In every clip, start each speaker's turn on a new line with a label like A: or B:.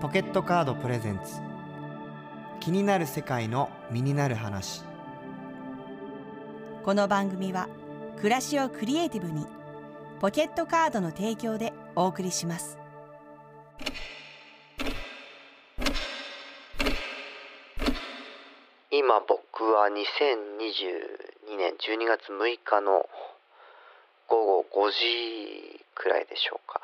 A: ポケットカードプレゼンツ気になる世界の身になる話
B: この番組は暮らしをクリエイティブにポケットカードの提供でお送りします
C: 今僕は2022年12月6日の午後5時くらいでしょうか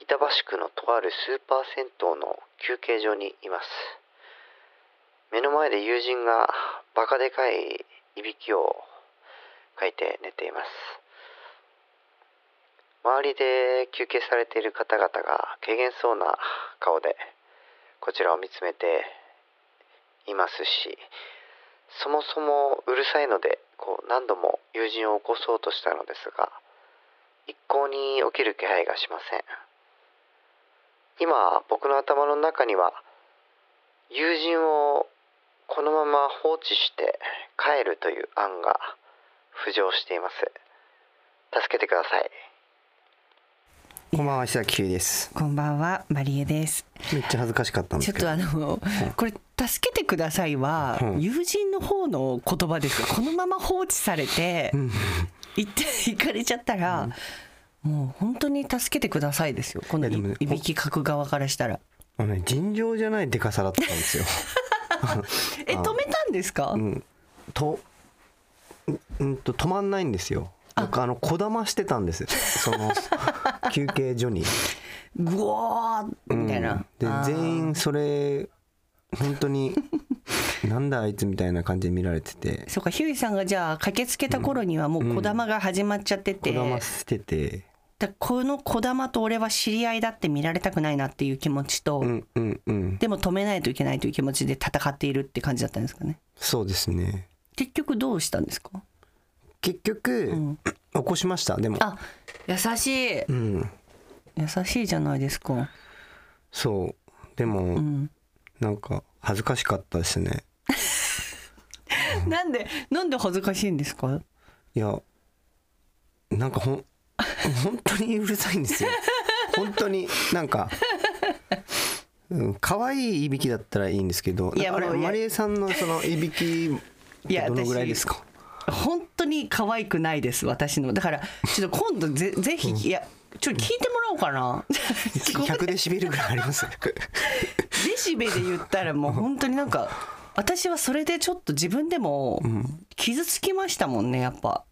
C: 板橋区のとあるスーパー銭湯の休憩所にいます目の前で友人がバカでかいいびきをかいて寝ています周りで休憩されている方々が軽減そうな顔でこちらを見つめていますしそもそもうるさいのでこう何度も友人を起こそうとしたのですが一向に起きる気配がしません今僕の頭の中には友人をこのまま放置して帰るという案が浮上しています助けてください
A: こんばんは久木ひゅうです
D: こんばんは、マリエです。
A: めっちゃ恥ずかしかったんです
D: ちょっ
A: けど
D: とあの、これ、助けてくださいは、
A: うん
D: 友人の方の言 葉ですよ。このまま放置されて、行って、行かれちゃったら、もう本当に助けてくださいですよ。この
A: いやでもね
D: いいびきかく側からしたら。
A: あのね尋常じゃないでかさだったんです よ
D: え、止めたんですか、
A: うんとうんうんと止まんないんですよ僕あのこだましてたんですその 休憩所に
D: ぐわーみたいな。
A: うんで全員それ本当に なんだあいつみたいな感じで見られてて
D: そうか、ヒューイさんがじゃあ駆けつけた頃にはもう小玉が始まっちゃってて、
A: こだましてて
D: だからこの小玉と俺は知り合いだって見られたくないなっていう気持ちと、
A: うんうんうん
D: でも止めないといけないという気持ちで戦っているって感じだったんですかね。
A: そうですね
D: 結局どうしたんですか。
A: 結局、
D: ん
A: 起こしましたでも
D: あ、優しい。
A: うん
D: 優しいじゃないですか。
A: そうでも、
D: うん。
A: なんか恥ずかしかったですね
D: なんで、なんで恥ずかしいんですか。
A: いやなんか ほん本当にうるさいんですよ本当になんかうん可愛いいびきだったらいいんですけど
D: いや
A: なんかあ
D: も
A: れ
D: ういや
A: マリエさんのそのいびき
D: いや
A: どのぐらいですか
D: 本当に可愛くないです。私の、だから、ちょっと今度ぜ、ぜひ、いや。ちょっと聞いてもらおうかな
A: 100デシベルぐらいあります
D: デシベで言ったらもう本当になんか私はそれでちょっと自分でも傷つきましたもんねやっぱ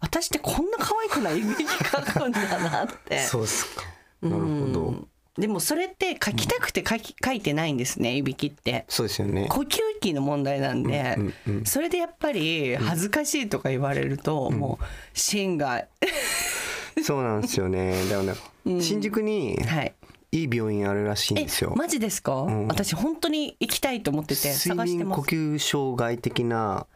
D: 私ってこんな可愛くないイメージ描くんだなって
A: そうっすかなるほど、
D: でもそれって書きたくて書き書いてないんですねいびきって。
A: そうですよね
D: 呼吸器の問題なんで、
A: うんうんうん
D: それでやっぱり恥ずかしいとか言われると、もう心外
A: そうなんですよねだからね、新宿に
D: はい
A: いい病院あるらしいん
D: え
A: ですよ、
D: マジですか、
A: ん
D: 私本当に行きたいと思ってて
A: 睡
D: 探して
A: 眠
D: ま
A: 呼
D: す
A: 吸障害的な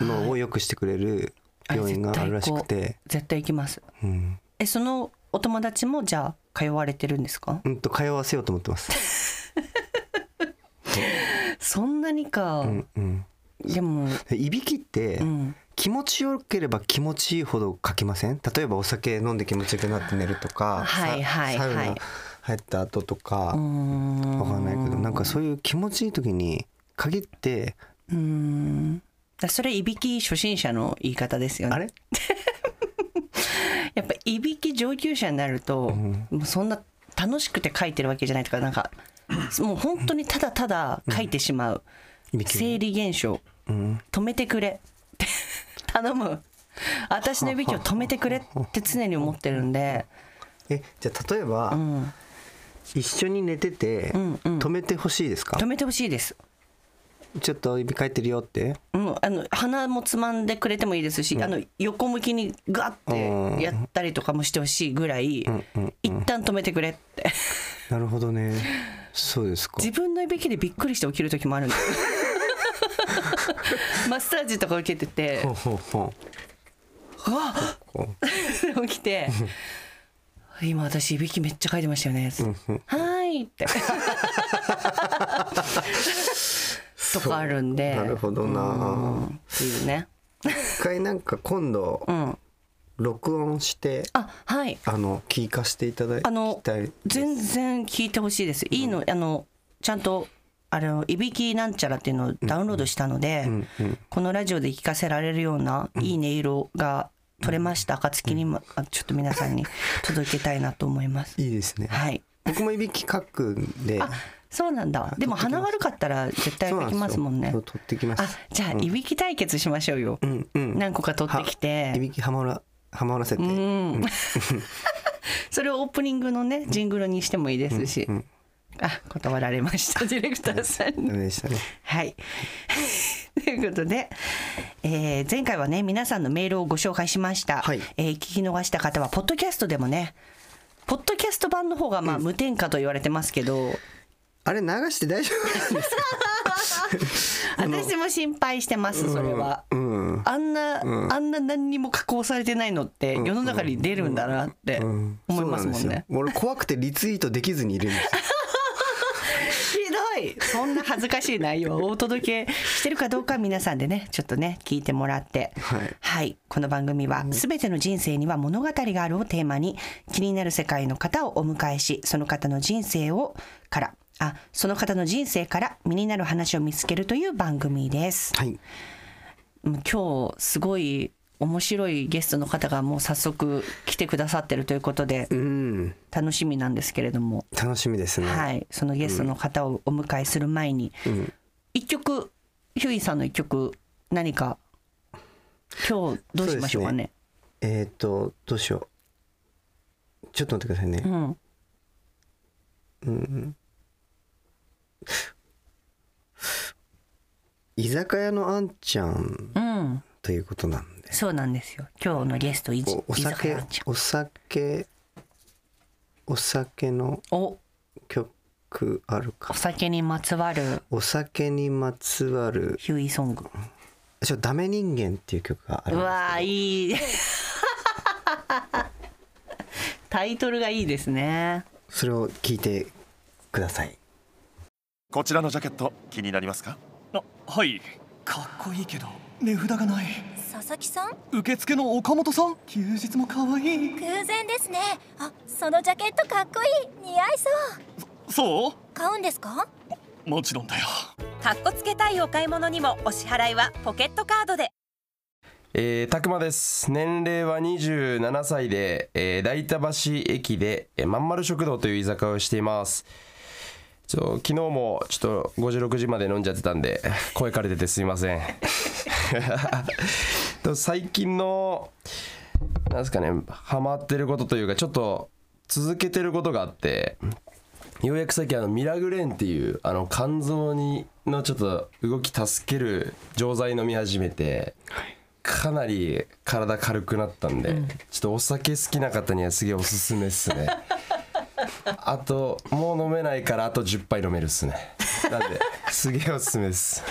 A: のを良くしてくれる病院があるらしくて、
D: 絶対行きます
A: うん、
D: えそのお友達もじゃあ通われてるんですか
A: うんと通わせようと思ってます。
D: そんなにか、
A: うんうん、
D: でも
A: でいびきって
D: ん
A: 気持ちよければ気持ちいいほどかきません例えばお酒飲んで気持ちよくなって寝るとかさ
D: はいはい
A: サウ
D: は
A: ナ
D: い
A: 入った後とか
D: うーん
A: わかんないけどなんかそういう気持ちいい時に限って
D: うーんだそれいびき初心者の言い方ですよね
A: あれ
D: やっぱいびき上級者になると、もうそんな楽しくて書いてるわけじゃないとかなんかもう本当にただただ書いてしまう、
A: いびき
D: 生理現象、止めてくれ って頼む私のいびきを止めてくれって常に思ってるんで、
A: えじゃあ例えば、
D: うん、
A: 一緒に寝てて
D: んうん
A: 止めてほしいですか、
D: 止めてほしいです
A: ちょっと指かいてるよって
D: うん、あの鼻もつまんでくれてもいいですし、あの横向きにガッてやったりとかもしてほしいぐらい、一旦止めてくれって
A: なるほどねそうですか
D: 自分のいびきでびっくりして起きる時も あるんですマッサージとか受けてて
A: ほうほうほ
D: 「うわっ!
A: うこ」
D: 起きて「今私いびきめっちゃかいてましたよね」はーい」って とかあるん
A: う
D: で
A: なるほどな
D: っていうね
A: 一回なんか今度
D: うん
A: 録音して
D: あはい
A: あの聞かせていただい
D: あの
A: たい
D: 全然聞いてほしいですいいの、あのちゃんとあのいびきなんちゃらっていうのをダウンロードしたので、
A: うんうん
D: このラジオで聞かせられるようないい音色が取れました暁にも、あちょっと皆さんに届けたいなと思います
A: いいですね、
D: はい
A: 僕もいびきかくんで
D: あそうなんだでも鼻悪かったら絶対
A: そうな
D: で
A: ん
D: きますもんね
A: そう取ってきま
D: あ
A: す
D: じゃあいびき対決しましょうよ、
A: うんうん
D: 何個か取ってき
A: い
D: て
A: びきはまらはまらせて、
D: うん それをオープニングのねジングルにしてもいいですし、
A: うん
D: あ断られま したディレクターさんに
A: ダメでしたね
D: はい。ということで、えー前回はね皆さんのメールをご紹介しました、
A: はい
D: えー聞き逃した方はポッドキャストでもねポッドキャスト版の方がまあ無添加と言われてますけど、
A: あれ流して大丈夫なんですか
D: 私も心配してますそれは、
A: うん
D: あんな、あんな何にも加工されてないのって世の中に出るんだなって
A: うん
D: 思いますもん
A: そうな
D: ね
A: です、よ俺怖くてリツイートできずにいるんですよ
D: ひどいそんな恥ずかしい 内容をお届けしてるかどうか皆さんでねちょっとね聞いてもらって
A: はい
D: この番組は「すべての人生には物語がある」をテーマに気になる世界の方をお迎えしその方の人生をからあその方の人生から身になる話を見つけるという番組です。
A: はい
D: うん今日すごい面白いゲストの方がもう早速来てくださってるということで
A: うん
D: 楽しみなんですけれども、
A: 楽しみですね、
D: はい、そのゲストの方をお迎えする前に、一曲ヒューイさんの一曲何か今日どうしましょうかね
A: えっ、とどうしようちょっと待ってくださいね、
D: うん、
A: 居酒屋のあんちゃん
D: うん、
A: ということなんで
D: そうなんですよ今日のゲストいじ
A: おお
D: 居酒
A: 酒
D: 屋ちゃん
A: お酒お酒の
D: お
A: 曲あるか
D: お酒にまつわる
A: お酒にまつわる
D: ヒューイソング
A: ちょダメ人間っていう曲がある
D: うん
A: です
D: わーい いタイトルがいいですね
A: それを聞いてください
E: こちらのジャケット気になりますか
F: あはいかっこいいけど値札がない
G: 佐々木さん
F: 受付の岡本さん休日も可愛い
G: 偶然ですねあそのジャケットかっこいい似合いそう
F: そ
G: 買うんですか
F: うもちろんだよ
H: かっこつけたいお買い物にもお支払いはポケットカードで
I: えー、たくまです年齢は27歳で、えー大田橋駅で、えーまんまる食堂という居酒屋をしていますちょ昨日もちょっと56時まで飲んじゃってたんで声かれててすいません と最近のなんですかねハマってることというかちょっと続けてることがあってようやく最近あのミラグレンっていうあの肝臓にのちょっと動き助ける錠剤飲み始めてかなり体軽くなったんで、ちょっとお酒好きな方にはすげえおすすめっす ねあともう飲めないからあと10杯飲めるっすねなんですげえおすすめです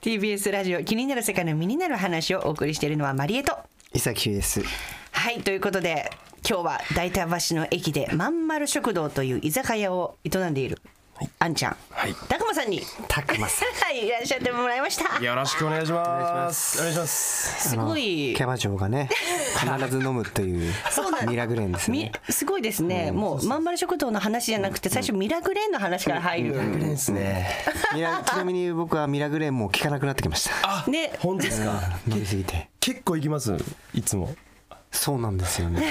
D: TBS ラジオ気になる世界の身になる話をお送りしているのはマリエと
A: 伊崎ひゅです
D: はいということで今日は大田橋の駅でまんまる食堂という居酒屋を営んでいる、あんちゃん、
I: はい
D: たくまさんに
A: たくまさん
D: はいいらっしゃってもらいました
I: よろしくお願いしますお願いします
D: すごい
A: キャバ嬢が ね必ず飲むというミラグレンですよ
D: み
A: ね
D: すごいですね、もうまんまる食堂の話じゃなくて最初ミラクレーンの話から入る、
I: ミラグレンですね
A: ミラちなみに僕はミラグレンもう聞かなくなってきました
D: ね
I: 本当ですか
A: 飲みすぎて
I: 結構行きますいつも
A: そうなんですよ ね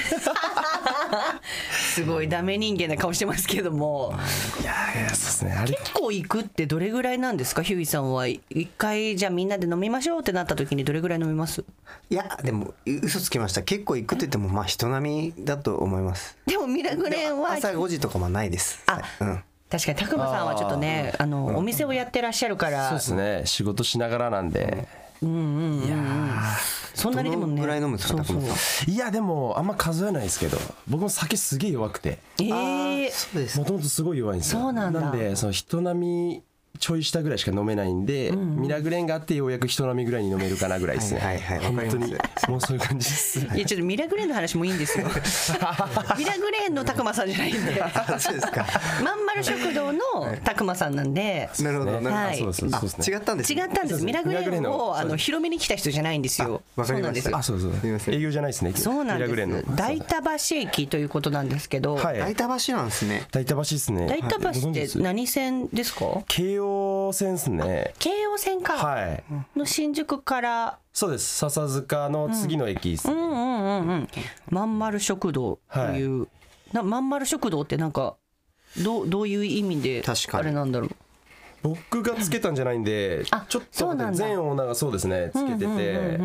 D: すごいダメ人間な顔してますけども
I: いやそうですねあれ
D: 結構行くってどれぐらいなんですかひゅーいさんは一回じゃあみんなで飲みましょうってなった時にどれぐらい飲みます
A: いやでもう嘘つきました結構行くって言ってもまあ人並みだと思います
D: でもミラクレーンは
A: 朝5時とかもないです
D: あ
A: うん
D: 確かに拓磨さんはちょっとねあの、お店をやってらっしゃるから
I: そうですね仕事しながらなんで、
D: そんなにでもね
A: どのぐらい飲むんですか
D: そうそう
A: 拓磨
I: いやでもあんま数えないですけど僕も酒すげえ弱くて
D: ええ
A: そうです
I: もともとすごい弱いんですよ
D: そうなんだ
I: でその人並みちょい下ぐらいしか飲めないんで、ミラグレンがあってようやく人並みぐらいに飲めるかなぐらいですね
A: はいはいはいわかり
I: 本
A: ま
I: 当
A: す
I: にもうそういう感じです
D: いやちょっとミラグレーンの話もいいんですよミラグレーンのたくまさんじゃないんで
A: そうです か。
D: まんまる食堂のたくまさんなんで
A: なるほど。なるほど
D: はい
A: あ
I: そうそうそうですね
A: 違ったんです
D: 違
A: ね。
D: ったんですミラグレ
I: ミラグレ
D: ー
I: ー
D: ン
I: ン
D: を
I: の
D: あの広めに来た人じゃないんですよ
A: あわか
D: そう
A: り
D: なん
A: ま
D: で
A: し
D: す
A: た
D: よ
I: あそうそう
A: すみません
I: 営業じゃないですね
D: そうなん
I: ミラグレーン
D: で
I: の
D: す大田橋駅ということなんですけど、
I: はい
A: 大田橋なんですね。
I: 大田橋ですね
D: 大田
I: はいご
D: 橋っ
I: 存知で
D: て
I: す
D: 何線ですか
I: 京王線ですね
D: 京王線か、
I: はい
D: の新宿から
I: そうです笹塚の次の駅です、
D: うんうんうんうんまんまる食堂という、なまんまる食堂ってなんかどうどういう意味で
A: 確か
D: あ
A: に
D: れなんだろう
I: 僕がつけたんじゃないんで
D: あ
I: ちょっ
D: そう
I: と
D: なんだ
I: 前オーナーがそうですねつけてて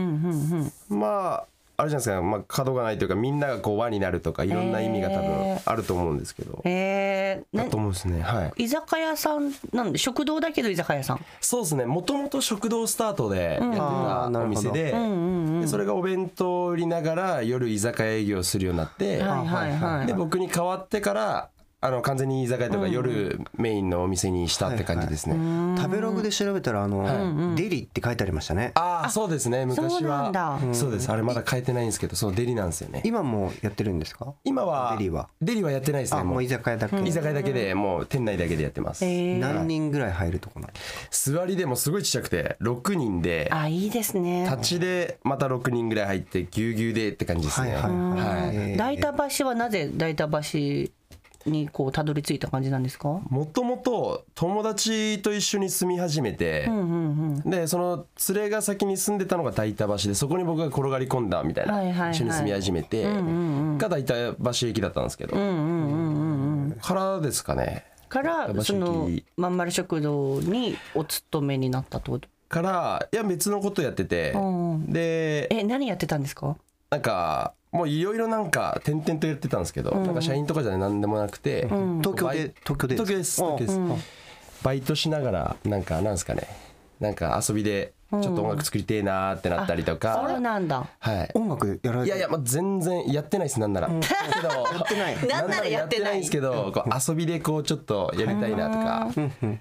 I: まああれじゃないですか、まあ、角がないというかみんながこう輪になるとかいろんな意味が多分あると思うんですけど、
D: えー、
I: だ
D: な
I: と思うんですねはい
D: 居酒屋さんなんで食堂だけど居酒屋さん
I: そうですねもともと食堂スタートでやって
A: あーなるほど
I: たお店で,、でそれがお弁当を売りながら夜居酒屋営業するようになって、
D: はいはいはい
I: で僕に代わってからあの完全に居酒屋とか夜メインのお店にしたって感じですね、
A: 食べログで調べたらあのデリって書いてありましたね。
I: ああそうですね昔
D: そうな
I: は
D: んだ
I: そうですあれまだ変えてないんですけどそのデリなんですよね
A: 今もやってるんですか？
I: 今は
A: デリは
I: デリはやってないですね
A: あも
I: も
A: う
I: う
A: 居
I: 居
A: 酒屋だけ。
I: 酒屋だけでもう店内だけでやってます
D: えー、
A: 何人ぐらい入るとこなんですか？
I: 座りでもすごいちっちゃくて6人で
D: あいいですね
I: 立ちでまた6人ぐらい入ってぎゅうぎゅうでって感じですねはい
A: えー
D: 大田橋はなぜ大田橋にこうたどり着いた感じなんですか
I: もともと友達と一緒に住み始めて、でその連れが先に住んでたのが大田橋でそこに僕が転がり込んだみたいな、
D: はいはいはい
I: 一緒に住み始めて、が大田橋駅だったんですけど、からですかね
D: から
I: 大田橋駅
D: そのまんまる食堂にお勤めになったってこと
I: からいや別のことやってて、
D: んう
I: で
D: え何やってたんですか
I: なんかもういろいろなんか転々とやってたんですけど、なんか社員とかじゃ何でもなくて、
A: 東京
I: バイ
A: で東京で
I: 東京です東京です、バイトしながらなんかなんですかねなんか遊びでちょっと音楽作りてえなーってなったりとか、
D: そうなんだ
I: はい
A: 音楽やられて
I: いやいや、まあ、全然やってないですなんなら、け どやってない
D: なんならやってない
I: んですけどこう遊びでこうちょっとやりたいなとか、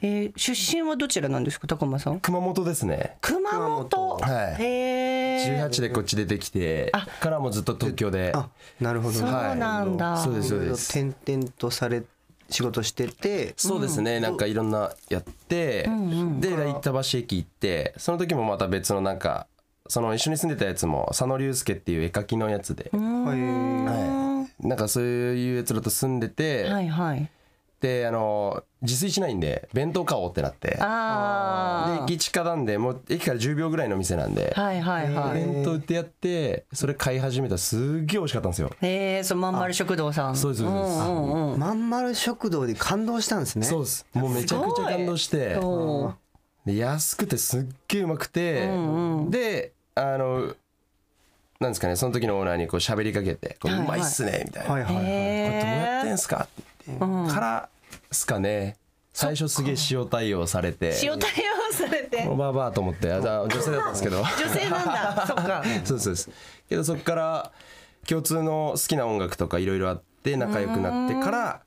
D: えー出身はどちらなんですか高間さん
I: 熊本ですね
D: 熊本
I: はい
D: へえ
I: 18でこっち出てきてからもずっと東京で
A: あなるほど。
D: そうなんだ、
I: そうです
A: い
I: そう
A: ろいろ
I: です
A: 転々とされ仕事してて
I: そうですね、なんかいろんなやって、で大田橋駅行ってその時もまた別のなんかその一緒に住んでたやつも佐野龍介っていう絵描きのやつで、
A: はい
I: はい、なんかそういうやつらと住んでて、
D: はいはい
I: であの自炊しないんで弁当買おうってなってで
D: あ
I: 駅近なんでもう駅から10秒ぐらいの店なんで、
D: あはいはいはい
I: 弁当売ってやってそれ買い始めたらすっげえ美味しかったんですよ。
D: えー、そのまんまる食堂さん
I: そうですそうです
D: んうんうん
A: まんまる食堂で感動したんですね。
I: そうですもうめちゃくちゃ感動して
D: おー
I: で安くてすっげえうまくて、であのなんですかねその時のオーナーにこう喋りかけて「こう
D: は
I: う
D: いはい
I: まいっすね」みたいな「
A: はいはいはい。
I: これどうやって
D: え
I: んすか?」って言って、からっすかね最初すげえ塩対応されて
D: ー、塩対応されて
I: おばあばあと思ってあじゃあ女性だったんですけど
D: 女性 なんだそっか
I: そうですそうですけどそっから共通の好きな音楽とかいろいろあって仲良くなってから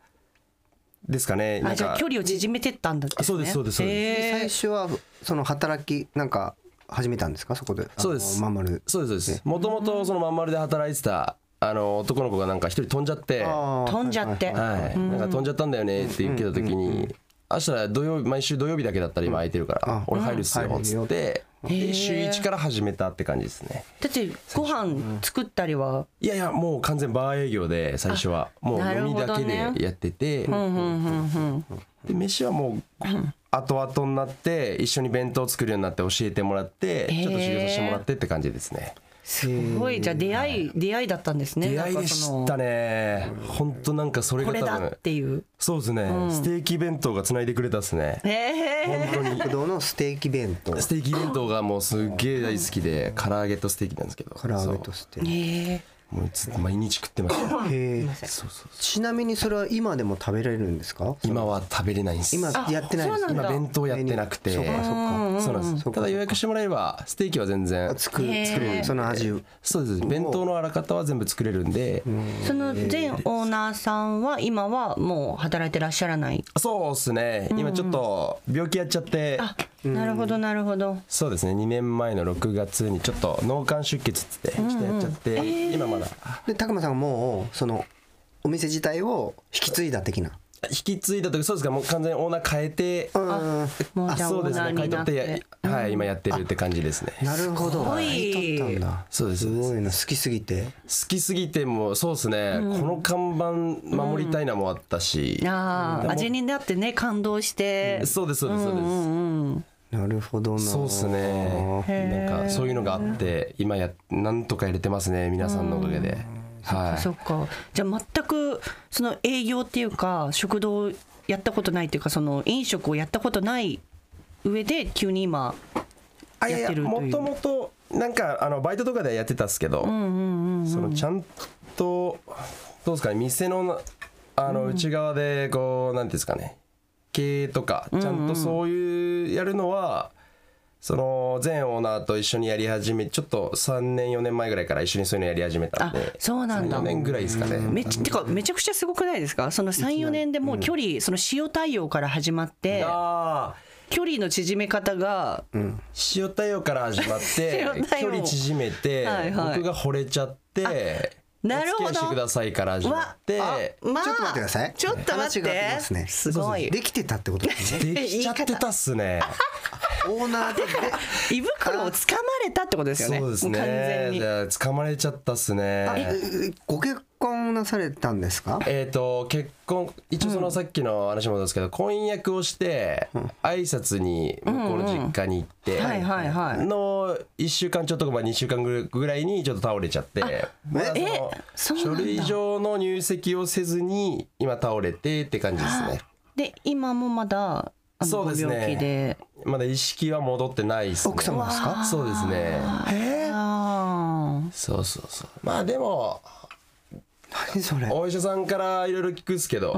I: ですかねな
D: あ
I: ん
D: じゃ
I: か
D: あ距離を縮めてったんだって、ね、
I: あそうですそうですそうです
D: えー
A: 最初はその働きなんか始めたんですかそこで。
I: そうです
A: あのまんまる。
I: そうですそうですもともとそのまんまるで働いてたあの男の子がなんか一人飛んじゃっては
A: あー
D: 飛んじゃって、
I: いなんか飛んじゃったんだよねって言ってた時に明日土曜日毎週土曜日だけだったら今空いてるから
A: あ
I: 俺入るっす
A: うん
I: よっつって
D: へー
I: で週1から始めたって感じですね
D: だってご飯作ったりは、
I: いやいやもう完全バー営業で最初はもう
D: なる
I: 飲
D: ほ
I: み
D: どね
I: だけでやってて
D: うんうんうん
I: で飯はもう後々になって一緒に弁当作るようになって教えてもらって
D: ー
I: ちょっと修行させてもらってって感じですね
D: うん、すごいじゃあ出会い、出会いだったんですね
I: 出会いでし
D: な
I: た
D: んか
I: ね本当なんかそれ
D: そのこ
I: が
D: れ
I: 多
D: だ
I: 分
D: っていう
I: そうですね、ステーキ弁当がつないでくれたっすね
D: ええ
I: 本当に
A: 食堂のステーキ弁当。
I: ステーキ弁当がもうすっげえ大好きで唐揚げとステーキなんですけど
A: 唐揚げとステー
D: ー、
A: キ。
D: え
I: もうずっと毎日食ってました
A: へえ
I: そうそう
A: ちなみにそれは今でも食べられるんですか
I: 今は食べれないんです
A: 今やってないです
I: 今弁当やってなくて
A: そうかそうか
I: そうなんです
A: そうか
I: ただ予約してもらえればステーキは全然
A: 作る作るその味を
I: そうです弁当のあらかたは全部作れるんで
D: その前オーナーさんは今はもう働いてらっしゃらない
I: そうですね今ちょっと病気やっちゃって
D: あなるほどなるほど
I: そうですね2年前の6月にちょっと脳幹出血っつってちょっとやっちゃって今まだ
A: で拓磨さんはもうそのお店自体を引き継いだ的な
I: 引き継いだ時そうですかもう完全にオーナー変えて
A: うん
D: もうじゃあ
I: そう
D: オ
I: で
D: ー
I: す
D: ナ
I: ね
D: ー
I: 変え
D: に
I: と
D: な
I: っ
D: ってて
I: やはい今やってるって感じですね
A: なるほど
D: ごい
A: 買い取ったんだ
I: そうです
A: す
I: そうです
A: ごいな好きすぎて
I: 好きすぎてもうそうですね、この看板守りたいなもあったし、
D: あー味になってね感動して、
I: そうですそうですそうです、
A: なるほどな
I: そうですねなんかそういうのがあって今やなんとか入れてますね皆さんのおかげで、はい
D: そっかじゃあ全くその営業っていうか食堂やったことないっていうかその飲食をやったことない上で急に今
I: あいや
D: やって
I: い
D: る
I: や
D: という
I: もともとなんかあのバイトとかではやってたっすけど、そのちゃんとどうですかね店のあの内側でこうなんていうんですかね経営とかちゃんとそういうやるのは、その前オーナーと一緒にやり始めちょっと3年4年前ぐらいから一緒にそういうのやり始めたんで
D: あそうなんだ
I: 3 4年ぐらいですかね
D: めちてかめちゃくちゃすごくないですかその34年でもう距離、その塩対応から始まって
I: ああ
D: 距離の縮め方が、
I: 塩対応から始まって
D: 塩対応
I: 距離縮め て
D: はいはい
I: 僕が惚れちゃって
D: なるほど
I: お付き合いしてくださいから始まっ
D: わ
I: て
D: あまあ
A: ちょっと待ってください
D: ちょっと待っ
A: 話が合って
D: て
A: ますね
D: すごい
A: できてたってことです ね
I: できちゃってたっすね
A: オーナーで
D: 胃袋をつかまれたってことですよね
I: そうです
D: もう完全
I: ね
D: に
I: じゃあ掴まれちゃったっすね
A: えご結婚なされたんですか
I: えっと結婚一応そのさっきの話もそうですけど婚約をして挨拶に向こうの実家に行って
D: はいはいはい
I: の1週間ちょっとまあ2週間ぐらいにちょっと倒れちゃってまだ
D: えそ
I: そ
D: う
I: の
D: なんだ
I: 書類上の入籍をせずに今倒れてって感じですね
D: で今もまだあの
I: そう
D: ご
I: ですね
D: 病気で
I: まだ意識は戻ってないですね
A: 奥様ですか
I: そうですね
D: あー
I: そうそうそうまあでも
A: 何それ
I: お医者さんからいろいろ聞くっすけど、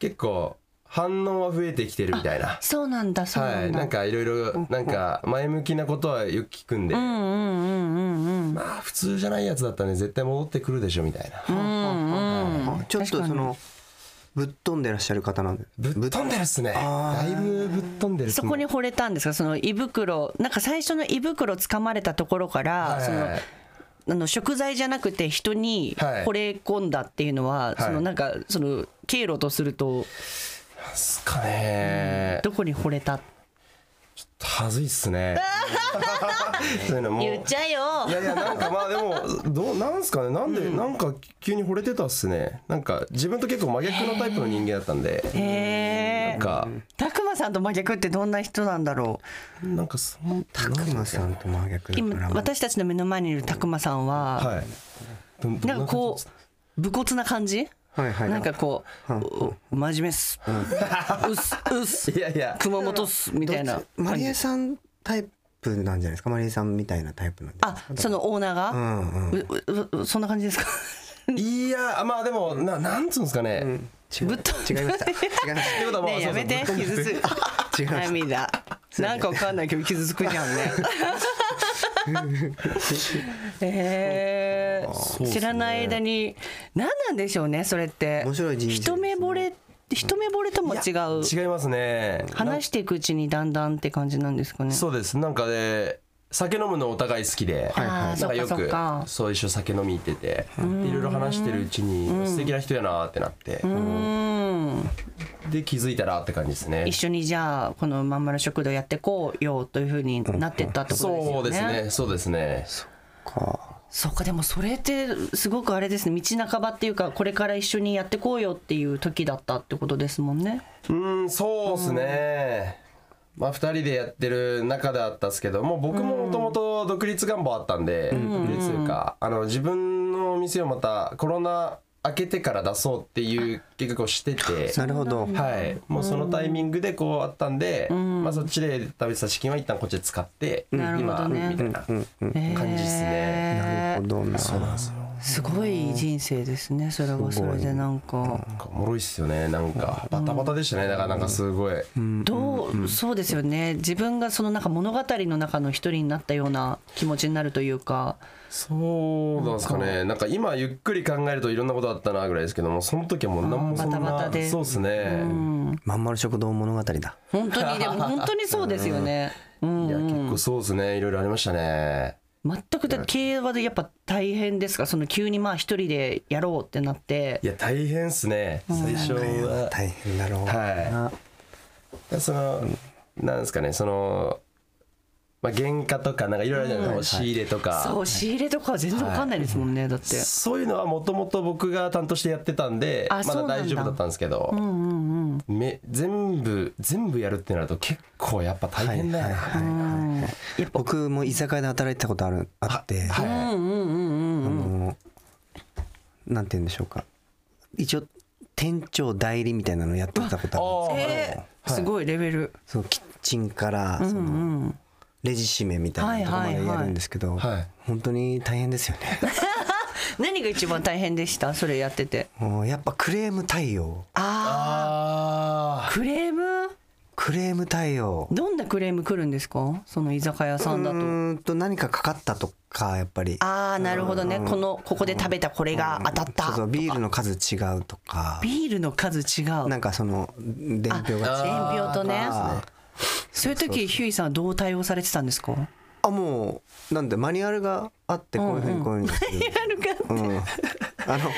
I: 結構反応は増えてきてるみたいな
D: そうなんだそう
I: は
D: ないんだ、
I: なんかいろいろなんか前向きなことはよく聞くんで、まあ普通じゃないやつだったらね絶対戻ってくるでしょみたいな、
A: あちょっとそのぶっ飛んでらっしゃる方なんで
I: ぶっ飛んでるっすねだいぶぶっ飛んでるっす
D: そ
I: ね
D: こに惚れたんですかその胃袋なんか最初の胃袋掴まれたところから、
I: はい
D: そのあの食材じゃなくて人に
I: はい
D: 惚れ込んだっていうのは、そのなんかその経路とすると
I: ですかね
D: どこに惚れた
I: はずいっ すねそういうのもう
D: ゃえよ
I: いやいやなんかまあでもどうなんすかねなんで、なんか急に惚れてたっすねなんか自分と結構真逆のタイプの人間だったんでなんか
D: たくまさんと真逆ってどんな人なんだろ
I: なんかその
A: たくまさんと真逆
D: う
A: だか
D: 今
A: らもう
D: 私たちの目の前にいるたくまさんは、
I: はいどど
D: なんかこ
I: 感
D: う武骨な感じ
A: はいはい
D: なんかこうお真面目っす、うっすうっす
I: じいやいや
D: 熊本っすみたいな
A: マリエさんタイプなんじゃないですかマリエさんみたいなタイプなんで
D: あそのオーナーが、うううそんな感じですか
I: いやまあでもななんつうんですかね、っ
A: 違う
D: ぶっ飛ん
A: 違いました違いま
I: て
A: し
I: ことはまあ
D: ねえや
I: そうそう
D: めて傷つく
A: 違いました
D: 涙なんかわかんないけど傷つくじゃんねえー
I: うっすね
D: 知らない間に何なんでしょうねそれって
A: 面白い人生です
D: 一目惚れ一目惚れとも違う
I: 違いますね
D: 話していくうちにだんだんって感じなんですかね
I: そうですなんかね酒飲むのお互い好きで、
D: いはいあー
I: なんかよ
D: そっかそっか
I: くそう一緒に酒飲み行っててでいろいろ話してるうちに素敵な人やなーってなって
D: うん
I: で気づいたらって感じですね
D: 一緒にじゃあこのまんまる食堂やってこうよというふうになってったってことですよね
I: そうですねそうですね
A: たか
D: そうかでもそれってすごくあれですね道半ばっていうかこれから一緒にやってこうよっていう時だったってことですもんね
I: うんそうですねまあ2人でやってる中であったっすけどもう僕ももともと独立願望あったんで独立というかあの自分のお店をまたコロナ明けてから出そうっていう計画をしてて
A: なるほど
I: はい、もうそのタイミングでこうあったんで、まあ、そっちで食べてた資金は一旦こっちで使って、
D: なるほどね
I: 今みたいな感じですね。
A: なるほどな
D: すごい人生ですねそれはそれでなんか
I: なんかおもろいっすよねなんかバタバタでしたねだからなんかすごい、
D: どうそうですよね自分がそのなんか物語の中の一人になったような気持ちになるというか
I: そうなんですかねなんか今ゆっくり考えるといろんなことあったなぐらいですけどもその時はもう何もそんな
D: あーバタバタで
I: そうですね、
A: まんまる食堂物語だ
D: 本当にでも本当にそうですよね。うん
I: いや結構そうですねいろいろありましたね
D: 全くだ経営はやっぱ大変ですかその急にまあ一人でやろうってなって
I: いや大変っすね最初は
A: 大変だろうな
I: でその、なんですかねその、まあ、原価とかなんかいろいろあるじゃないですか、仕入れとか、
D: そう仕入れとかは全然わかんないですもんねだって
I: そういうのはもともと僕が担当してやってたんで
D: あ
I: ま
D: そう
I: だ
D: なんだ
I: 大丈夫だったんですけど、め全部全部やるってなると結構やっぱ大変だよね、
A: はいはいはい僕も居酒屋で働いてたことあるあって
I: はい
A: あのなんて言うんでしょうか一応店長代理みたいなのやってたことあるんですけど、
D: すごいレベル
A: そうキッチンからそのレジ締めみたいなとこまでやるんですけど、
I: はいはいはい
A: 本当に大変ですよね
D: 何が一番大変でしたそれやってて
A: もうやっぱクレーム対応
I: あ
D: クレーム
A: クレーム対応
D: どんなクレーム来るんですかその居酒屋さんだ
A: う
D: と
A: ーんと何かかかったとかやっぱり
D: ああなるほどねこのここで食べたこれが当たっ
A: そうそ
D: た
A: うビールの数違うとか
D: ビールの数違う
A: なんかその伝票が違う
D: 伝票とね
A: あ
D: そういう時ヒューイさんはどう対応されてたんですか
A: あもうなんでマニュアルがあってこういうふうにこういうふうにやる うん、あの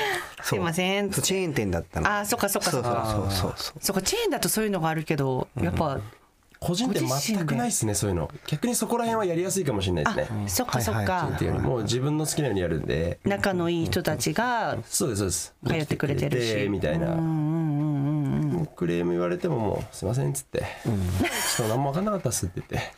A: す
D: いません
A: そうチェーン店だったの
D: あーそっかそっかそ
A: そ
D: っ
A: う
D: か
A: そうそうそう
D: そこチェーンだとそういうのがあるけどやっぱ
I: あ個人店全くないですねそういうの逆にそこら辺はやりやすいかもしれないですね
D: そっかそっ
A: はいはい
D: か
I: っていうよりも自分の好きなようにやるんで
D: 仲のいい人たちが
I: そうですそうです
D: 通ってくれてるし
I: 来みたいなもうクレーム言われてももう「すいません」っつって「ちょっと何も分かんなかったっす」って言って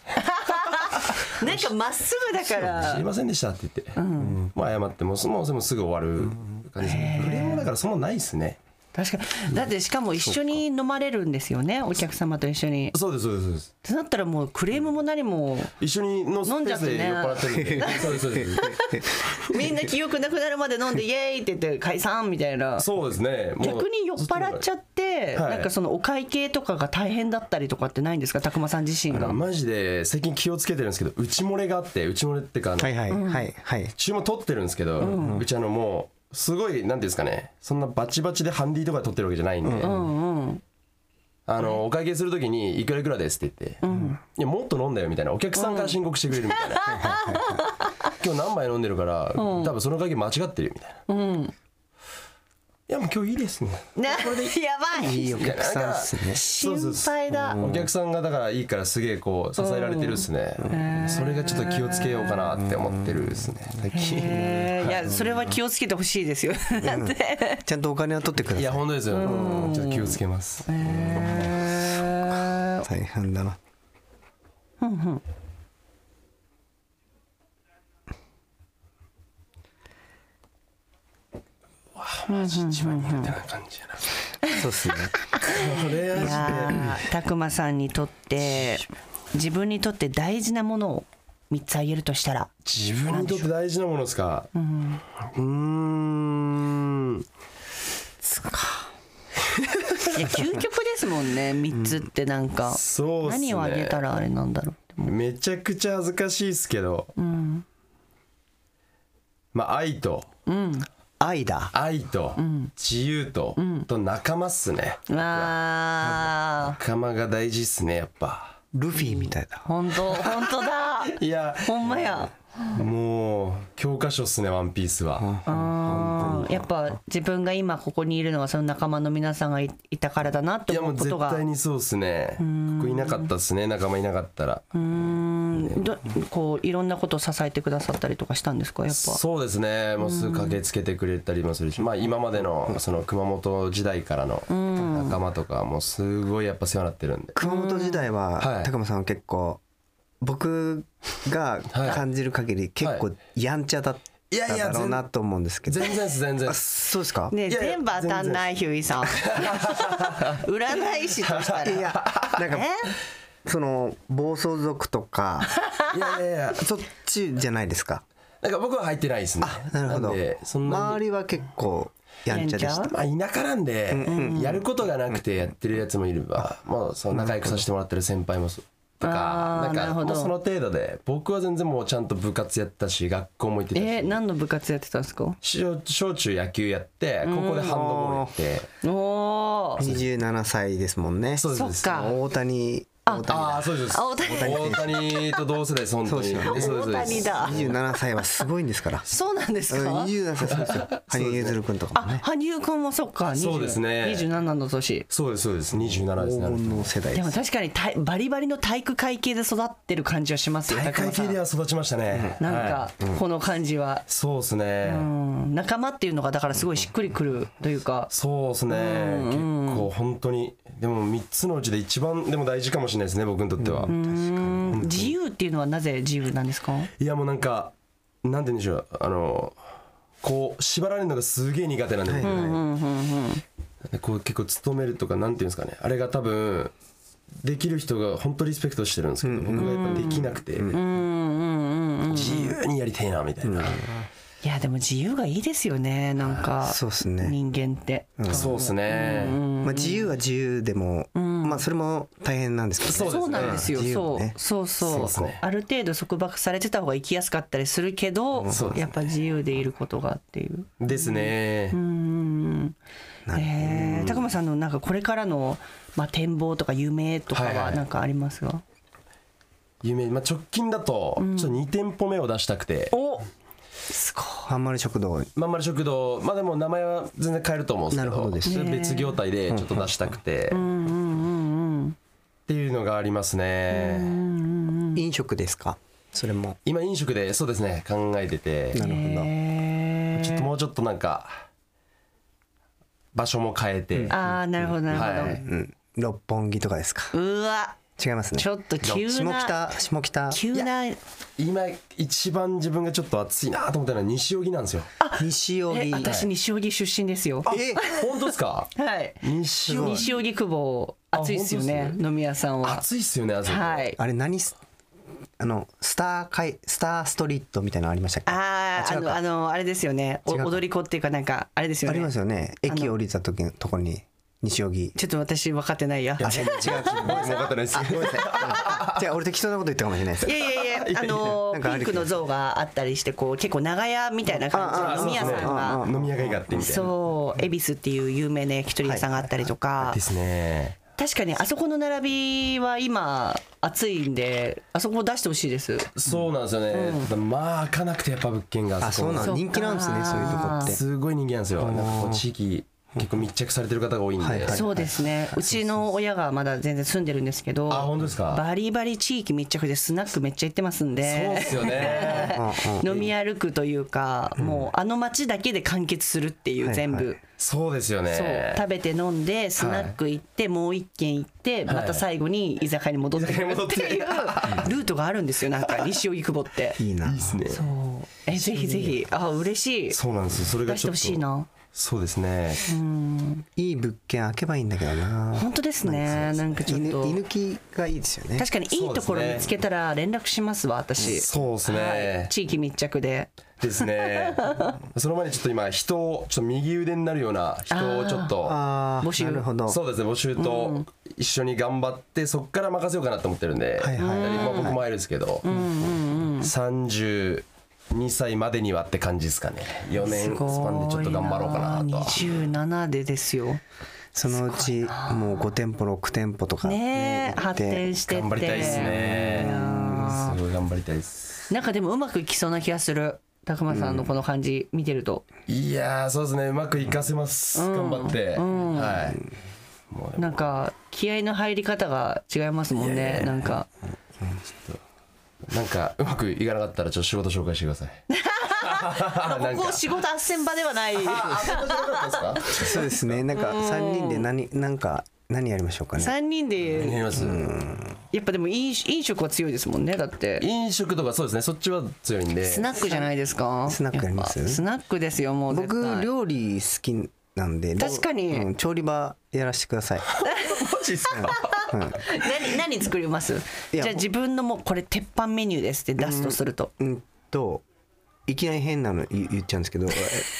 D: なんかまっすぐだか
I: 「知りませんでした」って言ってもう謝ってもうそもそもすぐ終わる感じですクレームだからそんなないっすね
D: 確かにだってしかも一緒に飲まれるんですよねお客様と一緒にっ
I: そうですそうですそうです
D: てなったらもうクレームも何も
I: 一緒にのスペ
D: 飲んじゃ
I: ー
D: って
I: ス
D: ね
I: で酔っ払ってるんでそうですそうです
D: みんな記憶なくなるまで 飲んでイエーイって言って解散みたいな
I: そうですねもう
D: 逆に酔っ払っちゃって
I: はい
D: なんかそのお会計とかが大変だったりとかってないんですか拓磨さん自身
I: あ
D: が
I: のマジで最近気をつけてるんですけど内漏れがあって内漏れっていうかあの
A: はいはいはいはい
I: 注文取ってるんですけど、うちあのもうすごいなんていうんですかねそんなバチバチでハンディとかで取ってるわけじゃないんで、あのお会計するときに「いくらいくらです」って言って「いやもっと飲んだよ」みたいなお客さんから申告してくれるみたい な「今日何杯飲んでるから、多分その会計間違ってるよ」みたいな「いやもう今日いいですね」
D: なやばい
A: いいお客さんっすね
I: そうそう
D: 心配だ
I: お客さんがだからいいからすげえこう支えられてるっすね、それがちょっと気をつけようかなって思ってるですね最近
D: えーいやそれは気をつけてほしいですよだって
A: ちゃんとお金は取ってくだ
I: いや
A: さい
I: 本当ですよ、ちょっと気をつけます、
A: 大変だな
I: 一番苦手な感じや な
A: そうっすね
I: これ
D: いやー拓磨さんにとって自分にとって大事なものを3つあげるとしたら
I: 自分にとって大事なものですかうーん
D: いや究極ですもんね3つってなんか、
I: そうっすね
D: 何をあげたらあれなんだろう
I: めちゃくちゃ恥ずかしいっすけど、まあ愛と
A: 愛だ
I: 愛と自由と、と仲間っすね
D: わあ
I: 仲間が大事っすねやっぱ
A: ルフィみたいだ
D: 本当本当 だ
I: いや
D: ほんまや
I: もう教科書っすね「ワンピースは、
D: あーやっぱ自分が今ここにいるのはその仲間の皆さんがいいたからだなって
I: いやも
D: 思
I: う
D: うこ
I: 絶
D: とが
I: 対にそうっすねここいなかったっすね仲間いなかったら
D: うんどこういろんなことを支えてくださったりとかしたんですかやっぱ
I: そうですねもうすぐ駆けつけてくれたりもするし、まあ、今までのその熊本時代からの仲間とかもうすごいやっぱ世話になってるんで
A: 熊本時代
I: は
A: はい高間さんは結構僕が感じる限り結構やんちゃだっただろうなと思うんですけど
I: 全然です全然
A: あ
I: っす
A: そうですか
D: ねえ
I: いやいや
D: 全部当たんないヒューイさん占い師としたら
A: いやなんかその暴走族とか
I: いやいやいや
A: そっちじゃないですか
I: なんか僕は入ってないですね
A: なるほど
I: んでそんな
A: 周りは結構やんちゃでした
I: まあ田舎なんで、やることがなくてやってるやつもいれば、まあ、その仲良くさせてもらってる先輩もそと
D: あー
I: かなん
D: なる
I: か
D: ほど
I: もうその程度で僕は全然もうちゃんと部活やったし学校も行ってたし、
D: えー、何の部活やってたんですか
I: 小小中野球やってここでハンドボールやって、
D: おおー
A: 27歳ですもんね
I: そうです
D: そっか
A: 大谷大谷
I: ああそうです
D: あ大谷
I: 大谷と同世代です本当に
A: そうです
D: 大谷だ
A: 27歳はすごいんですから
D: そうなんです
A: うん
D: か
A: 27歳そうですよ羽生結弦君とか
D: あ
A: もね
D: 羽生くんもそっか20
I: そうですね
D: 27の年
I: そうですそうです27です
A: 黄
I: ね
A: 金の世代
D: で
A: で
D: も
A: す
D: 確かに体バリバリの体育会系で育ってる感じはしますよ
I: 大
D: 高
I: 会
D: 野さ
I: 系
D: ん
I: では育ちましたね、
D: なん
I: は
D: か
I: い
D: この感じは、
I: そうですね、
D: うん仲間っていうのがだからすごいしっくりくるというか
I: そうですね、結構本当にでも3つのうちで一番でも大事かもしれないですね僕にとっては、
D: うん自由っていうのはなぜ自由なんですか
I: いやもうなんかなんて言うんでしょうあのこう縛られるのがすげえ苦手なんで,、
A: はいはい
I: でこう結構勤めるとかなんていうんですかねあれが多分できる人が本当リスペクトしてるんですけど、僕がやっぱできなくて、自由にやりてえなみたいな、
D: いやでも自由がいいですよねなんか
A: そうっすね
D: 人間って、
I: そうですね、
A: まあ自由は自由でもまあそれも大変なんですけどね
D: そうなんですよ、
A: 自由
D: そ
A: も
D: う
A: ね
D: そうそう
I: そうっすね
D: ある程度束縛されてた方が生きやすかったりするけど、
I: そうですね
D: やっぱ自由でいることがっていう。
I: ですね、
D: うんえー、高間さんのなんかこれからの、まあ、展望とか夢とか
I: はい
D: は
I: はい
D: なんかありますが、
I: 夢、まあ、直近だとちょっと2店舗目を出したくて、
D: おすごい
A: ハンマル食堂
I: まんまる食堂まあでも名前は全然変えると思うんですけど
A: なるほどです
I: それ別業態でちょっと出したくて、っていうのがありますね、
A: 飲食ですかそれも
I: 今飲食でそうですね考えてて
A: なるほど
I: ちょっともうちょっとなんか場所も変えて、
D: ああなるほどなるほど、
I: はい、
A: うん六本木とかですか
D: うわ
A: 違いますね
D: ちょっと急
A: 下
D: な
A: 北下北
D: 急な
I: 今一番自分がちょっと熱いなと思ったのは西荻なんですよ
A: 西荻
D: え私西荻出身ですよ
A: え
I: 本当ですか
D: はい
I: 西荻
D: 西荻窪暑いですよ
I: あ
D: ね
I: 本当
D: 飲み屋さんは
I: 暑いっすよねあそこ
D: はい
A: あれ何すあのスター会スターストリートみたいなのありましたっけ
D: ああ
A: 違
D: あ
A: う
D: の
A: か
D: あのあれですよねお
A: 違うか
D: 踊り子っていうかなんかあれですよ
A: あり
D: ね
A: ますよね駅降りた時のところに西荻
D: ちょっと私分かってないや
I: いや全然違うごめんなかったです
A: ごめんなさい違う俺適当なこと言ったかもしれないです
D: いや いやいや、あの
A: なんかあ
D: ピ
A: る
D: ン
A: けど
D: クの像があったりして、こう結構長屋みたいな感じの飲み屋さんが。
I: 飲み屋街があってみたいな
D: そう、恵比寿っていう有名な焼き鳥屋さんがあったりとか
I: で、すね
D: 確かにあそこの並びは今暑いんで、あそこ出してほしいです。
I: そうなんですよね、ただまあ開かなくてやっぱ物件が
A: あそうなんだ
D: そうか
A: 人気なんですねそういうとこって
I: すごい人気なんですよなんかこう地域結構密着されてる方が多いんで、
A: はいはい
D: そうですね。うちの親がまだ全然住んでるんですけど、
I: あ本当ですか
D: バリバリ地域密着でスナックめっちゃ行ってますん
I: そうっ
D: で。
I: すよね
D: 飲み歩くというか、もうあの街だけで完結するっていう全
A: はい
D: 部、
A: は
I: そうですよ
D: そう
I: ね
D: 食べて飲んでスナック行って、もう一軒行ってまた最後に居酒屋に戻ってくるっていう ルートがあるんですよなんか西荻窪っ て
A: いいな
D: そうえぜひぜひあ嬉しい
I: そうなんですよそれが
D: 出し
I: ち
D: て
I: ょっ
D: ほ
I: と
D: しいな
I: そうですね
A: いい物件開けばいいんだけどな
D: 本当ですねなんかちょっ
A: 犬
D: と
A: 犬木がいいですよね
D: 確かにいいところ見つけたら連絡しますわ私
I: そうですね
D: はい地域密着で
I: ですねその前にちょっと今人をちょっと右腕になるような人をちょっと
A: あ
D: 募集
A: あなるほど
I: そうですね募集と一緒に頑張ってそこから任せようかなと思ってるんで、
A: はいはい
I: まあ、僕も会えるんですけど、32歳までにはって感じですかね4年
D: す
I: ス
D: ごいな
I: パンでちょっと頑張ろうかなとは
D: 27でですよ
A: そのうちもう5店舗6店舗とか
D: ねえ
A: 行っ
D: 発展してって
I: 頑張りたいですねすごい頑張りたいです
D: なんかでもうまくいきそうな気がする高間さんのこの感じ見てると、
I: いやーそうですねうまくいかせます、頑張って、はい
D: なんか気合の入り方が違いますもんねなんか
I: なんかうまくいかなかったらちょっと仕事紹介してくださいなん
D: こ
I: か
D: う仕事斡旋場ではない
A: そうですねなんか3人で何なんか何やりましょうかね
D: 3人
I: 見え
D: で
I: ます
D: やっぱでも飲酒飲食は強いですもんねだって
I: 飲食とかそうですねそっちは強いんで
D: スナックじゃないですか
A: スナックやります
D: やっぱスナックですよもう絶
A: 僕
D: 対
A: 料理好きなんで
D: 確かに
A: うん調理場やらせてくだ さい
I: マジっすか
D: 何何作ります
A: い
D: じ
A: や
D: ゃあ自分のもうこれ鉄板メニューですって出すとすると、
A: うんといきなり変なの言言っちゃうんですけど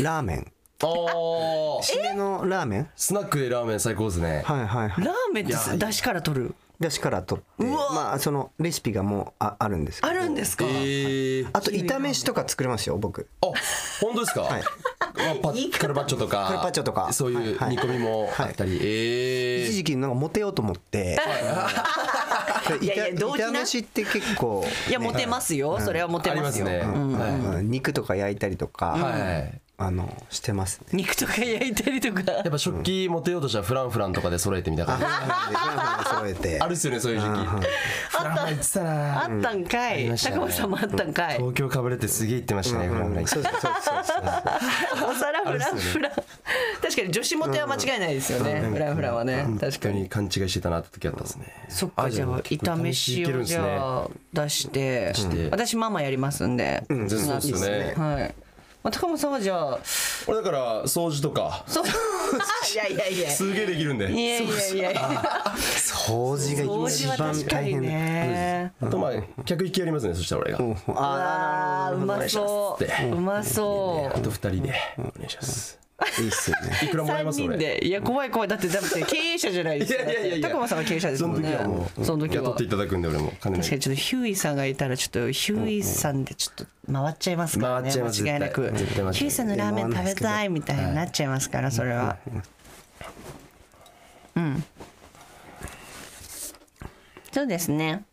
A: ラーメン
I: おー
A: 締めのラーメン
I: スナックでラーメン最高ですね
A: はいはいはい
D: ラーメンってす出汁から取る
A: 出汁から取ってまあそのレシピがもうああるんですけど
D: あるんですか、
I: えー、
A: あと炒めしとか作れますよ僕
I: あ本当ですか、はいパカルパッチョとか
A: カルパッチョとか
I: そういう
A: はいはい
I: 煮込みもあったり、え
A: 一
I: ー
A: 時期なんかモテようと思 って
D: いやいや
A: 炒
D: 同時な
A: 炒めしって結構
D: いやモテますよ、それはモテ
I: あり
D: ま
I: ますす
D: よ
I: ね、はい
A: うん肉とか焼いたりとか、
I: はい
A: あのしてますね
D: 肉とか焼いたりとか
I: やっぱ食器持てようとしたらフランフランとかで揃えてみた
A: あ
I: 感じ
A: そうなんですね揃えて
I: あるっすよねそういう時期フランフラン言ってたな
D: あったんかい、
I: りましたね
D: 高橋さんもあったんかい、
I: 東京かぶれてすげえ言ってましたねフランフラン
A: そうそうそうそう
D: お皿フランフラン、確かに女子モテは間違いないですよね、フランフランはね確
I: 確
D: か
I: か
D: に
I: に勘違いしてたなって時あったですね
D: そっかじゃあ
I: 結構
D: 炒めし
I: いける
D: を
I: んです
D: じ
I: ね
D: ゃあ出して
I: て
D: 私ママやりますんで、
I: 全然そうっすよね
D: はい、まあ、高本さんはじゃあ
I: 俺だから掃除とか
D: そういやいやいや
I: すげえできるんで
D: いやいやいやいや
A: 掃除が
D: 掃
A: 一
D: 除は
A: 番
D: 確か
A: 大
D: に
A: 変だ
D: ね
I: あとまあ客引きやりますねそしたら俺が
A: うんあ
D: あーうまそううまそう
I: あと二人でお願いします
A: ーいいっすよね
I: いくらもらい
D: 3
I: ます俺
D: 人でいや怖い怖いだってだって経営者じゃないですか
I: いやいやいやいや
D: 高間さんは経営者ですもんね
I: その時はもう
D: その時は
I: 雇っていただくんで俺も金ない
D: 確かにちょっとヒューイさんがいたらちょっとヒューイさんでちょっと回っちゃいますからね
I: 回っちゃいます
D: 間違いなくヒ
I: 絶対絶対
D: ュ
I: 回っちゃ
D: ー
I: う
D: イさんのラーメン食べたいみたいになっちゃいますからそれはうんそうですね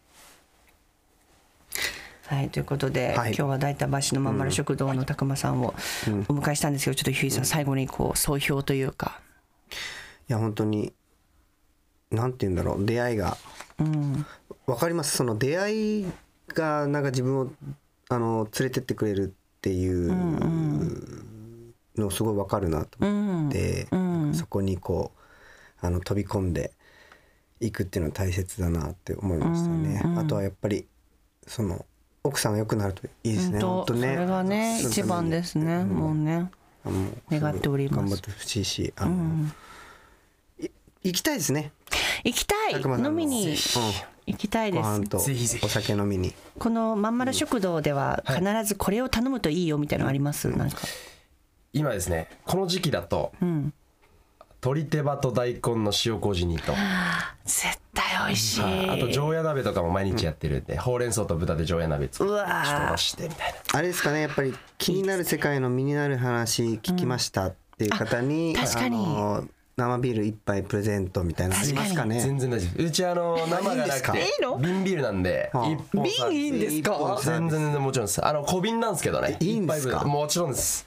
D: はいということで、
A: はい
D: 今日は大田橋のまんまる食堂の拓磨さんをお迎えしたんですけどちょっとヒューイさん最後にこう総評というか
A: いや本当になんて言うんだろう出会いがわ、かりますその出会いがなんか自分をあの連れてってくれるっていうのすごいわかるなと思って、そこにこうあの飛び込んでいくっていうのは大切だなって思いましたね。あとはやっぱりその奥さんが良くなるといいですね。
D: 本
A: 本
D: 当
A: 当
D: そ
A: ね。。
D: れがね一番ですすね、もうね
A: あの
D: 願っております
A: 頑張ってほしいし、あの、い行きたいですね。
D: 行きたい
A: 佐久間さんも
D: 飲み
A: ぜ
D: に
A: ひ
D: 行きたい
A: ご
D: です
A: 飯とお
I: ぜひぜひ
A: 酒飲みに。
D: このまんまる食堂では必ずこれを頼むといいよみたいなのありますなんか
I: 今ですねこの時期だと、鶏手羽と大根の塩麹煮と、
D: 絶対美味しい
I: あと常夜鍋とかも毎日やってるんで、ほうれん草と豚で常夜鍋作って
D: うわー
I: ちょっと伸ばしてみたい
A: あれですかね、やっぱり気になる世界の身になる話聞きましたっていう方に、
D: あ確かに
A: の生ビール一杯プレゼントみたいなのありますか
I: な、
A: ね。
I: 全然大丈夫うちあの生じゃなくて
A: いいんで
I: 瓶ビールなんで
A: はあ
I: 一本さ
D: 瓶いいんです
A: 一本
D: か
A: さ
I: 全然全然もちろんですあの小瓶なんですけどね
A: えいいんですか
I: 一杯分もちろんです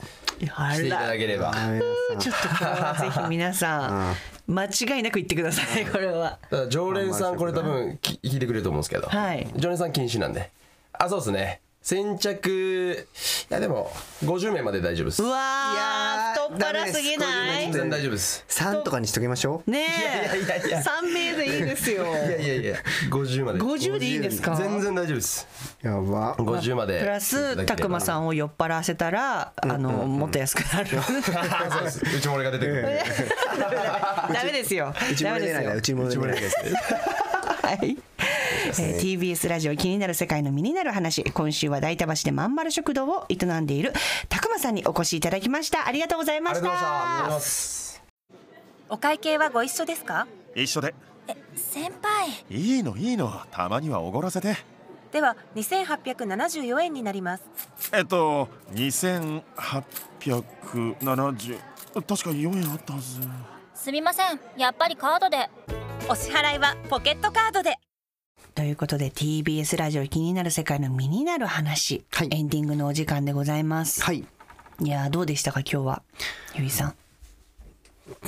D: あ
I: していた
D: ら
I: だければ
A: あ皆さん
D: ちょっとこれはぜひ皆さん間違いなく言ってくださいこれは
I: ただ常連さんこれ多分き聞いてくれると思うんですけど、
D: はい
I: 常連さん禁止なんであそうですね先着いやでも50名まで大丈夫です
D: うわー
A: いやー
D: 太っ腹すぎ
A: ダ
D: な
A: メ
D: い
A: で
I: 全
A: す
I: 然大丈夫です
A: 三とかにしときましょう。
D: ね
I: いやいやい
D: え
I: や
D: 三名でいいですよ
I: いやいやいや50まで
D: 50でいいんですか
I: 全然大丈夫です
A: やば。
I: 50まで
D: プラスたくまさんを酔っ払わせたらあのもっと安くなる
I: あ そうですうちも俺が出てくる
D: ダメですよ
A: うち
D: ダ
A: も
D: メ
A: 出
D: です
A: ないな、
D: よ
A: うちも出ないです。
D: はい、えー TBS ラジオ気になる世界の身になる話今週は大田橋でまんまる食堂を営んでいるたくまさんにお越しいただきましたありがとうござい
I: あ
D: ま
I: り
D: し
I: がとうござい
D: た
I: ましたありがとうございます
H: お会計はご一緒ですか
E: 一緒で
G: 先輩
E: いいのいいのたまにはおごらせて
H: では2874円になります
E: えっと2870確か4円あったはず
G: すみませんやっぱりカードで
H: お支払いはポケットカードで
D: ということで TBS ラジオ気になる世界の身になる話、
A: はい
D: エンディングのお時間でございます、
A: はい。
D: い、やーどうでしたか今日はゆいさん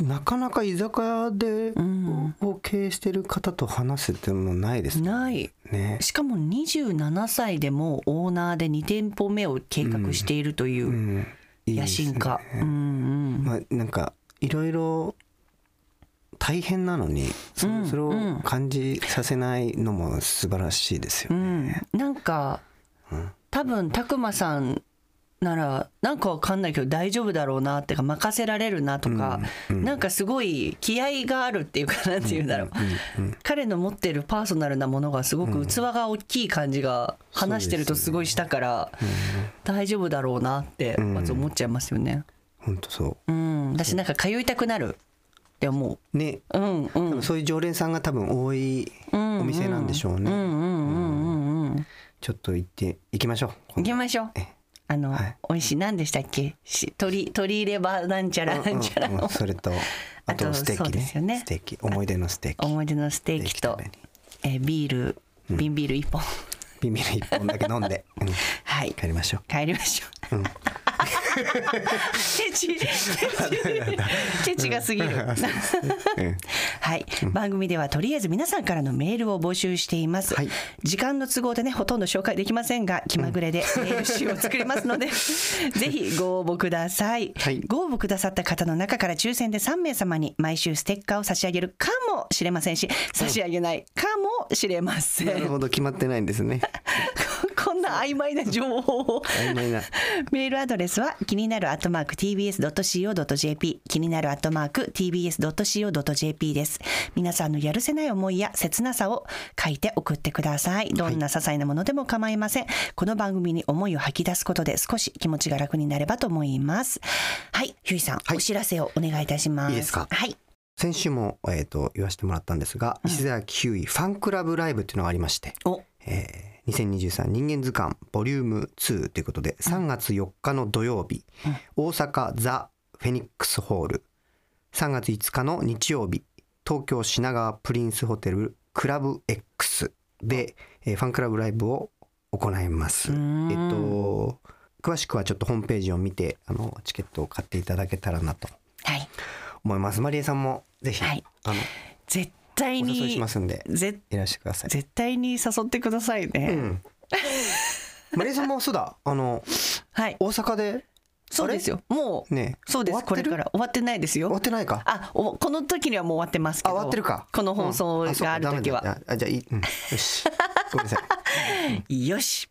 A: なかなか居酒屋で
D: ん
A: を経営してる方と話すっていうのもないです
D: ない
A: ね。
D: しかも27歳でもうオーナーで2店舗目を計画しているという、
A: うんいいで
D: 野
A: す
D: 心家うんうん
A: まあ、なんかいろいろ大変なのにそ,、れを感じさせないのも素晴らしいですよね。
D: うん、なんか、多分たくまさんならなんかわかんないけど大丈夫だろうなってか任せられるなとか、なんかすごい気合があるっていうかなんていうんだろう,、彼の持ってるパーソナルなものがすごく器が大きい感じが話してるとすごいしたから、大丈夫だろうなってまず思っちゃいますよね。
A: 本当そ
D: うん、私なんか通いたくなるって思
A: うね
D: う。うんうん
A: 多分そういう常連さんが多分多いお店なんでしょうね、
D: うんうんうんうん。
A: ちょっと行って行きましょう
D: 行きま
A: し
D: しょう。あの、
A: はい
D: 美味しい何でしたっけ？し鶏鶏レバーなんちゃらなんちゃらの、
A: それとあ
D: あ
A: と
D: と
A: ステー
D: そう
A: キ
D: です
A: ね
D: よね
A: ステーキ思い出のステーキ
D: 思い出のステーキと
A: ステーキ
D: えービール瓶ビール一本、
A: ビビル一本だけ飲んで、うん
D: はい
A: 帰りましょう
D: 帰りましょう。ケチケチケチが過ぎる。はい、番組ではとりあえず皆さんからのメールを募集しています、
A: はい
D: 時間の都合でねほとんど紹介できませんが気まぐれでメール集を作りますの で、ぜひご応募ください、
A: はい
D: ご応募くださった方の中から抽選で3名様に毎週ステッカーを差し上げるかもしれませんし差し上げないかもしれません、
A: なるほど決まってないんですね
D: こんな曖昧な情報を
A: 曖昧な
D: メールアドレスは気になるアットマーク tbs.co.jp 気になるアットマーク tbs.co.jp です皆さんのやるせない思いや切なさを書いて送ってくださいどんな些細なものでも構いません、この番組に思いを吐き出すことで少し気持ちが楽になればと思いますはいひゅいさん、
A: はい
D: お知らせをお願いいたします
A: いいですか
D: はい
A: 先週も、えー、と言わせてもらったんですが、石澤キウイファンクラブライブっていうのがありまして
D: お
A: えー2023人間図鑑ボリューム2ということで3月4日の土曜日、大阪ザ・フェニックスホール3月5日の日曜日東京品川プリンスホテルクラブ X で、えーファンクラブライブを行います。えっと詳しくはちょっとホームページを見てあのチケットを買っていただけたらなと
D: はい
A: 思います。マリエさんもぜひ、
D: はい
A: あの
D: 絶対
A: お
D: に
A: 誘いしますんで
D: ぜ
A: いらしてください。
D: 絶対に誘ってくださいね、
A: うん。マリエさんもそうだあの
D: はい
A: 大阪で
D: そうですよもう、
A: ね
D: そうで
A: 終
D: す
A: わ
D: こ
A: って
D: れ
A: る
D: から終わってないですよ
A: 終わってないか
D: あ、おこの時にはもう終わってますけ
A: あ
D: ど。
A: 終わってるか
D: この放送
A: うんそう
D: が
A: か
D: ある時
A: ダ
D: は。
A: メだあじゃあいい、うん、よしご めんなさい
D: よし。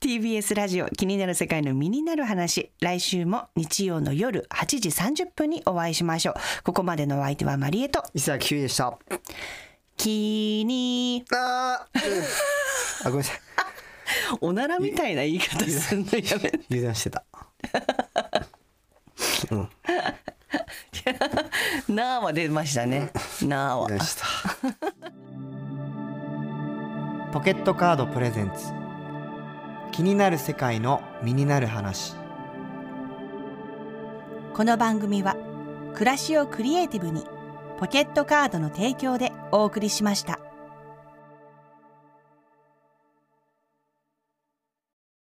D: TBS ラジオ気になる世界の身になる話来週も日曜の夜8時30分にお会いしましょうここまでのお相手はマリエと
A: 伊沢キウイでした
D: 気に
A: あー、うん、あごめんなさい
D: おならみたいな言い方すんのやめ
A: 油断してたうん
D: なあは出ましたねなあは
A: 油断してたポケットカードプレゼンツ気になる世界の身になる話
B: この番組は暮らしをクリエイティブにポケットカードの提供でお送りしました。